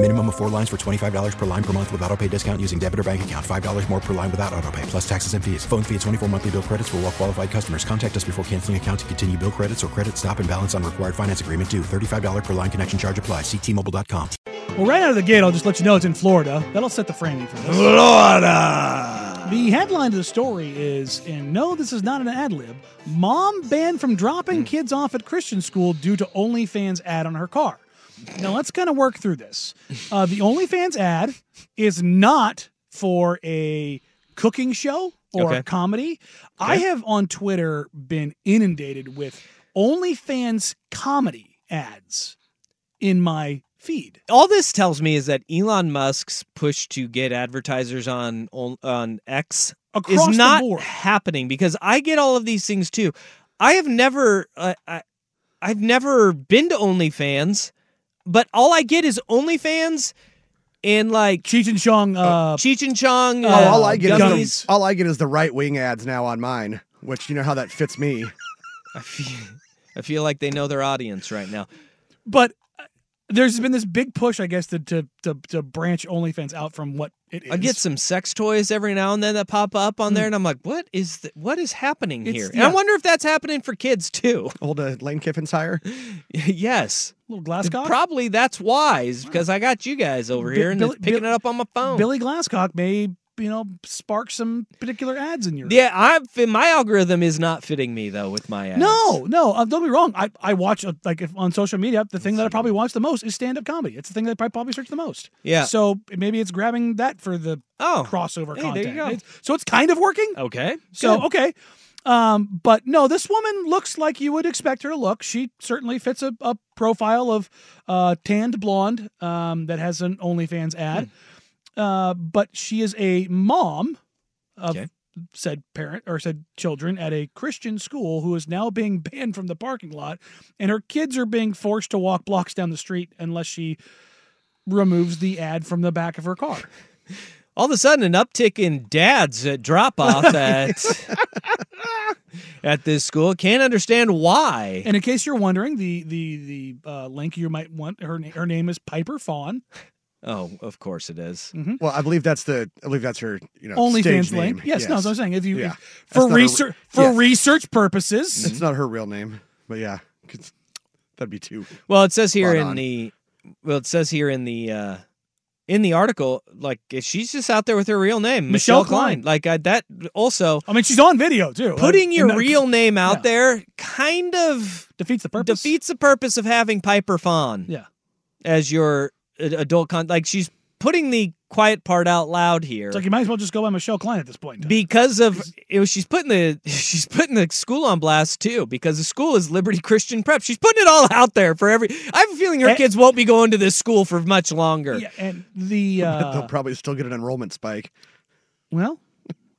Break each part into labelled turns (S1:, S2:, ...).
S1: Minimum of four lines for $25 per line per month with auto pay discount using debit or bank account. $5 more per line without auto pay, plus taxes and fees. Phone fee at 24 monthly bill credits for all well qualified customers. Contact us before canceling account to continue bill credits or credit stop and balance on required finance agreement due. $35 per line connection charge applies. Ctmobile.com.
S2: Well, right out of the gate, I'll just let you know it's in Florida. That'll set the framing for this.
S3: Florida.
S2: The headline of the story is, and no, this is not an ad lib, mom banned from
S3: Hmm.
S2: dropping kids off at Christian school due to OnlyFans ad on her car. Now, let's kind of work through this. Uh, the OnlyFans ad is not for a cooking show or a
S3: Okay.
S2: comedy. I have on Twitter been inundated with OnlyFans comedy ads in my feed.
S3: All this tells me is that Elon Musk's push to get advertisers on on X
S2: Across the
S3: is not
S2: board.
S3: happening because I get all of these things too. I have never uh, I I've never been to OnlyFans, but all I get is OnlyFans and like
S2: Cheech and Chong. Uh,
S3: Cheech and Chong.
S2: Oh,
S3: uh,
S4: all I get
S3: gummies.
S4: is all I get is the right wing ads now on mine, which you know how that fits me.
S3: I feel, I feel like they know their audience right now.
S2: but uh, there's been this big push, I guess, to to to, to branch OnlyFans out from what it is.
S3: I get some sex toys every now and then that pop up on there, and I'm like, "What is th- what is happening
S2: Hmm. It's-
S3: here?"
S2: yeah.
S3: And I wonder if that's happening for kids too.
S4: Old uh, Lane Kiffin's hire.
S3: yes,
S2: little Glasscock.
S3: probably that's wise because I got you guys over
S2: Bi-
S3: here and
S2: Billy-
S3: it's picking
S2: Bi-
S3: it up on my phone.
S2: Billy Glasscock may you know spark some particular ads in your.
S3: yeah, I'm my algorithm is not fitting me though with my ads.
S2: No, no. Uh, don't be wrong. I, I watch uh, like if on social media, the thing that I probably watch the most is stand up comedy. It's the thing that I probably search the most.
S3: Yeah.
S2: So maybe it's grabbing that for the
S3: Oh.
S2: crossover
S3: Hey, there
S2: content.
S3: you go.
S2: It's- so it's kind of working.
S3: Okay.
S2: So
S3: good.
S2: okay, um, but no, this woman looks like you would expect her to look. She certainly fits a, a profile of uh, tanned blonde um, that has an OnlyFans ad.
S3: Hmm.
S2: Uh, but she is a mom of
S3: Okay.
S2: said parent or said children at a Christian school who is now being banned from the parking lot, and her kids are being forced to walk blocks down the street unless she removes the ad from the back of her car.
S3: all of a sudden an uptick in dads at drop off at at this school. Can't understand why.
S2: And in case you're wondering, the the the uh, link you might want her na- her name is Piper Fawn.
S3: Oh, of course it is.
S2: Mm-hmm.
S4: Well, I believe that's the I believe that's her you know stage
S2: OnlyFans
S4: name.
S2: link. Yes, no, that's what I'm saying. If you
S4: Yeah.
S2: if- for
S4: That's not a re- Mm-hmm.
S2: research for
S4: yes.
S2: research purposes,
S4: it's not her real name, but yeah, 'cause that'd be too.
S3: Well, it says here
S4: Spot
S3: in
S4: on.
S3: the well, it says here in the uh in the article, like if she's just out there with her real name,
S2: Michelle
S3: Michelle, Klein.
S2: Klein.
S3: Like I, that also
S2: I mean she's on video too.
S3: putting
S2: Uh,
S3: your
S2: and that
S3: real name out
S2: yeah.
S3: there kind of
S2: defeats the purpose.
S3: defeats the purpose of having Piper Fawn
S2: Yeah.
S3: as your uh, adult con. Like she's putting the quiet part out loud here.
S2: It's like you might as well just go by Michelle Klein at this point. in time.
S3: because of it was, she's putting the she's putting the school on blast too because the school is Liberty Christian Prep. She's putting it all out there for every. I have a feeling her
S2: Eh.
S3: kids won't be going to this school for much longer.
S2: yeah, and the
S4: They'll
S2: uh,
S4: probably still get an enrollment spike.
S2: well,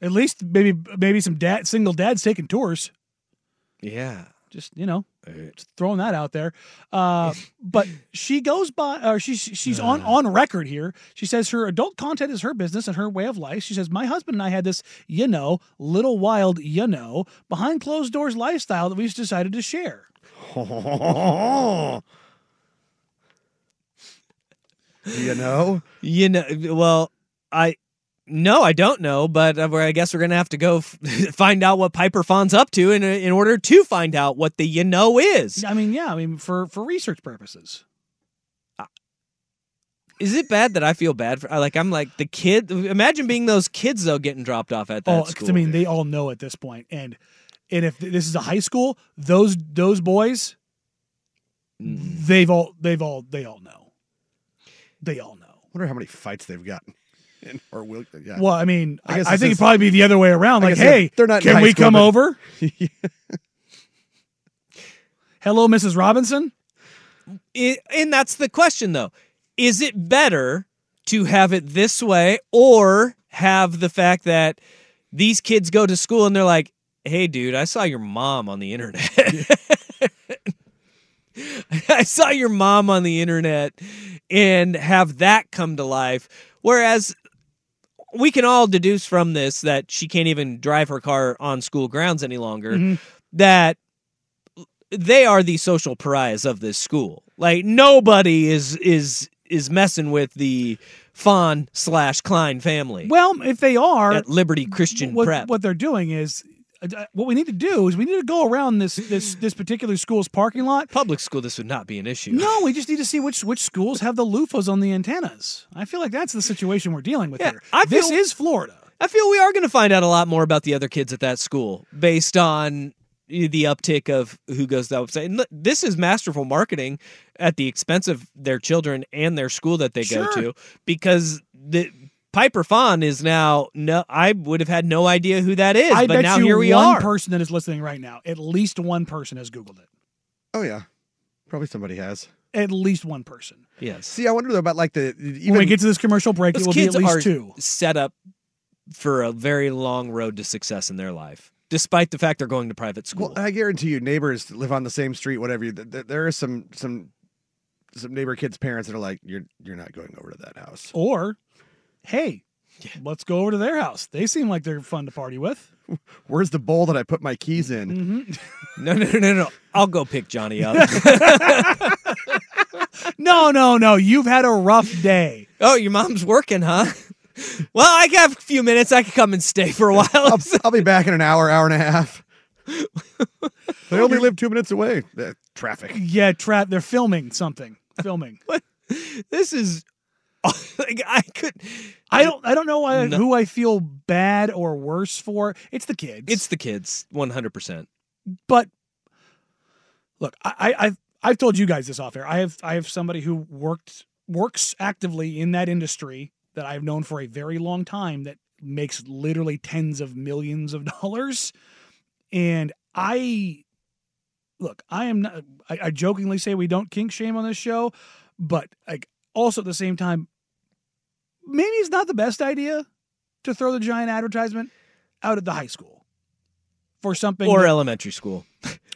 S2: at least maybe maybe some dad single dads taking tours.
S3: Yeah.
S2: Just you know, just throwing that out there. Uh, but she goes by, or she's she's on on record here. She says her adult content is her business and her way of life. She says my husband and I had this, you know, little wild, you know, behind closed doors lifestyle that we've decided to share.
S4: you know,
S3: You know, well, I no, I don't know, but uh, well, I guess we're gonna have to go f- find out what Piper Fawn's up to in uh, in order to find out what the you know is.
S2: I mean, yeah, I mean for for research purposes.
S3: Is it bad that I feel bad for? I, Like I'm like the kid. Imagine being those kids though, getting dropped off at that
S2: oh, 'cause,
S3: school.
S2: I mean, they all know at this point, and and if th- this is a high school, those those boys, they've all they've all they all know. they all know.
S4: wonder how many fights they've gotten. And, or will yeah.
S2: Well, I mean,
S4: I
S2: I,
S4: guess
S2: I
S4: this
S2: think
S4: is-
S2: it'd probably be the other way around.
S4: I
S2: Like,
S4: guess they're-
S2: hey,
S4: they're not in
S2: can
S4: high
S2: we
S4: school,
S2: come
S4: but-
S2: over? Hello, Mrs. Robinson.
S3: I and that's the question though is it better to have it this way or have the fact that these kids go to school and they're like hey dude i saw your mom on the internet i saw your mom on the internet and have that come to life whereas we can all deduce from this that she can't even drive her car on school grounds any longer
S2: Mm-hmm.
S3: that they are the social pariahs of this school. Like nobody is is is messing with the Fawn slash Klein family
S2: Well, if they are,
S3: at Liberty Christian
S2: what,
S3: Prep.
S2: what they're doing is uh, what we need to do is we need to go around this this this particular school's parking lot.
S3: Public school, this would not be an issue.
S2: No, we just need to see which which schools have the loofahs on the antennas. I feel like that's the situation we're dealing with
S3: Yeah,
S2: here.
S3: I
S2: this
S3: feel-
S2: is Florida.
S3: I feel we are going to find out a lot more about the other kids at that school based on the uptick of who goes to that website. And look, this is masterful marketing at the expense of their children and their school that they go
S2: Sure.
S3: to because the Piper Fawn is now no I would have had no idea who that is,
S2: I
S3: but
S2: bet
S3: now
S2: you
S3: here we
S2: one
S3: are.
S2: person that is listening right now, at least one person has Googled it.
S4: Oh yeah. Probably somebody has.
S2: At least one person.
S3: yes.
S4: See, I wonder though about like the even
S2: when we get to this commercial break,
S3: Those
S2: it will be at
S3: kids
S2: least
S3: are
S2: two.
S3: set up for a very long road to success in their life, despite the fact they're going to private school.
S4: Well, I guarantee you, neighbors that live on the same street, whatever. You, th- th- there are some some some neighbor kids' parents that are like, "You're you're not going over to that house."
S2: Or, hey, let's go over to their house. They seem like they're fun to party with.
S4: Where's the bowl that I put my keys in?
S3: no, no, no, no, no. I'll go pick Johnny up.
S2: No, no, no. You've had a rough day.
S3: oh, your mom's working, huh? Well, I have a few minutes. I could come and stay for a while.
S4: I'll, I'll be back in an hour, hour and a half. they only live two minutes away. Uh, traffic.
S2: Yeah, trap. They're filming something. Filming.
S3: this is like I could.
S2: I don't. I don't know why,
S3: No.
S2: who I feel bad or worse for. It's the kids.
S3: It's the kids, one hundred percent.
S2: but look, I, I I've I've told you guys this off air. I have I have somebody who worked works actively in that industry that I've known for a very long time that makes literally tens of millions of dollars. And I look, I am not I, I jokingly say we don't kink shame on this show, but like also at the same time, maybe it's not the best idea to throw the giant advertisement out at the high school for something
S3: Or
S2: that-
S3: elementary school.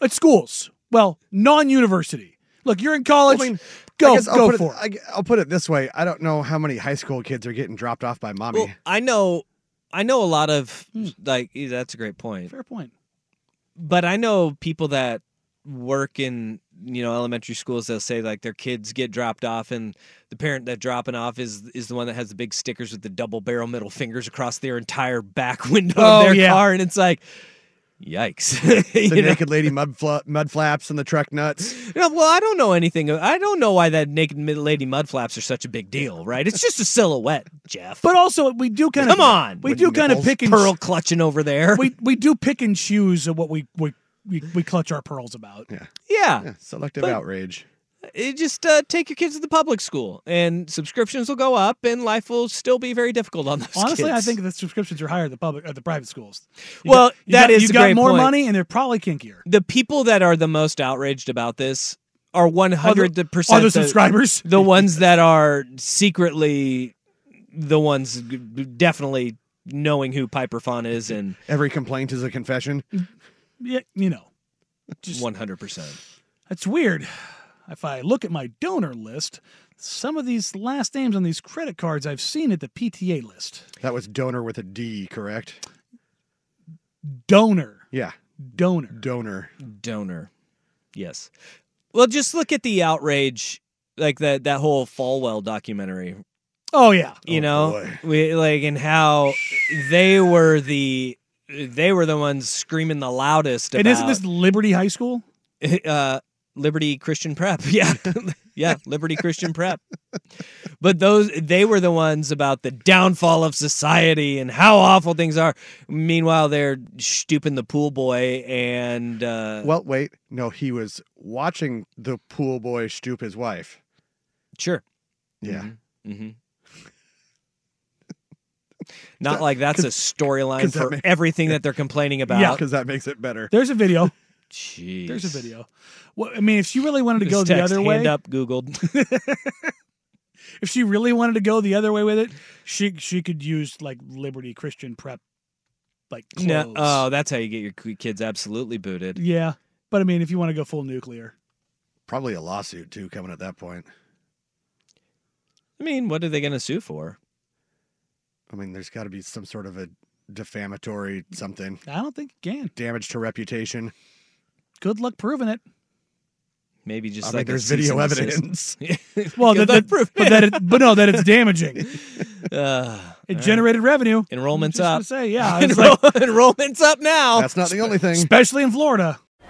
S2: at schools. Well, non-university. Look, you're in college.
S4: Well, I mean, I
S2: go,
S4: guess I'll
S2: go
S4: put
S2: for
S4: I gu- I'll put it this way: I don't know how many high school kids are getting dropped off by mommy.
S3: Well, I know, I know a lot of
S2: Hmm.
S3: like. That's a great
S2: it.
S3: point.
S2: Fair point.
S3: but I know people that work in you know elementary schools they'll say like their kids get dropped off and the parent that dropping off is is the one that has the big stickers with the double barrel middle fingers across their entire back window
S2: Oh,
S3: of their
S2: yeah.
S3: car and it's like yikes
S4: the
S3: You know?
S4: naked lady mud fla- mud flaps and the truck nuts.
S3: No, well i don't know anything i don't know why that naked mid- lady mud flaps are such a big deal right it's just a silhouette jeff
S2: But also, we do kind of
S3: Come on!
S2: We
S3: With
S2: do kind of
S4: nipples.
S2: pick and
S3: pearl clutching over there
S2: we we do pick and choose what we we we, we clutch our pearls about.
S3: yeah
S4: Yeah, selective
S3: But-
S4: outrage.
S3: it just uh, take your kids to the public school, and subscriptions will go up, and life will still be very difficult on those.
S2: Honestly, I
S3: kids.
S2: think the subscriptions are higher at the public at the private schools.
S3: Well,
S2: that is
S3: that is
S2: you
S3: a
S2: got
S3: great
S2: more
S3: point.
S2: money, and they're probably kinkier.
S3: the people that are the most outraged about this are one
S2: Are the-
S3: hundred
S2: are
S3: percent
S2: the subscribers?
S3: the ones that are secretly the ones g- definitely knowing who Piper Fawn is, and
S4: Every complaint is a confession.
S2: Yeah, you know, just
S3: one hundred percent.
S2: That's weird. If I look at my donor list, some of these last names on these credit cards I've seen at the PTA list.
S4: That was donor with a D, correct?
S2: Donor,
S4: Yeah,
S2: donor.
S4: donor.
S3: donor. Yes. Well, just look at the outrage, like that that whole Falwell documentary.
S2: Oh yeah.
S3: You
S4: Oh,
S3: know,
S4: boy.
S3: we like and how they were the they were the ones screaming the loudest about
S2: And isn't this Liberty High School?
S3: uh, Liberty Christian Prep. Yeah. yeah. Liberty Christian Prep. But those, they were the ones about the downfall of society and how awful things are. Meanwhile, they're stooping the pool boy and, uh,
S4: Well, wait. No, he was watching the pool boy stoop his wife.
S3: sure.
S4: Yeah.
S3: Not like that's a storyline
S4: 'cause that
S3: for
S4: ma-
S3: everything that they're complaining about.
S4: Yeah, because that makes it better.
S2: There's a video.
S3: Jeez.
S2: There's a video. Well, I mean, if she really wanted to
S3: This
S2: go the
S3: text,
S2: other
S3: hand
S2: way,
S3: up, Googled.
S2: if she really wanted to go the other way with it, she she could use like Liberty Christian Prep, like clothes.
S3: no, oh, that's how you get your k- kids absolutely booted.
S2: yeah. But I mean, if you want to go full nuclear,
S4: Probably a lawsuit too coming at that point.
S3: I mean, what are they going to sue for?
S4: I mean, there's got to be some sort of a defamatory something,
S2: I don't think you can.
S4: damage to reputation.
S2: Good luck proving it.
S3: Maybe just
S4: I mean,
S3: like a
S4: there's
S3: cease
S4: video
S3: and desist.
S4: evidence.
S2: Well,
S3: Good
S2: that,
S3: luck
S2: that,
S3: proving
S2: but that it, but no, that it's damaging. It
S3: Uh,
S2: generated revenue.
S3: enrollment's
S2: Just
S3: up.
S2: to say, yeah, I was
S3: Enroll-
S2: like,
S3: enrollment's up now.
S4: That's not the only thing.
S2: especially in Florida.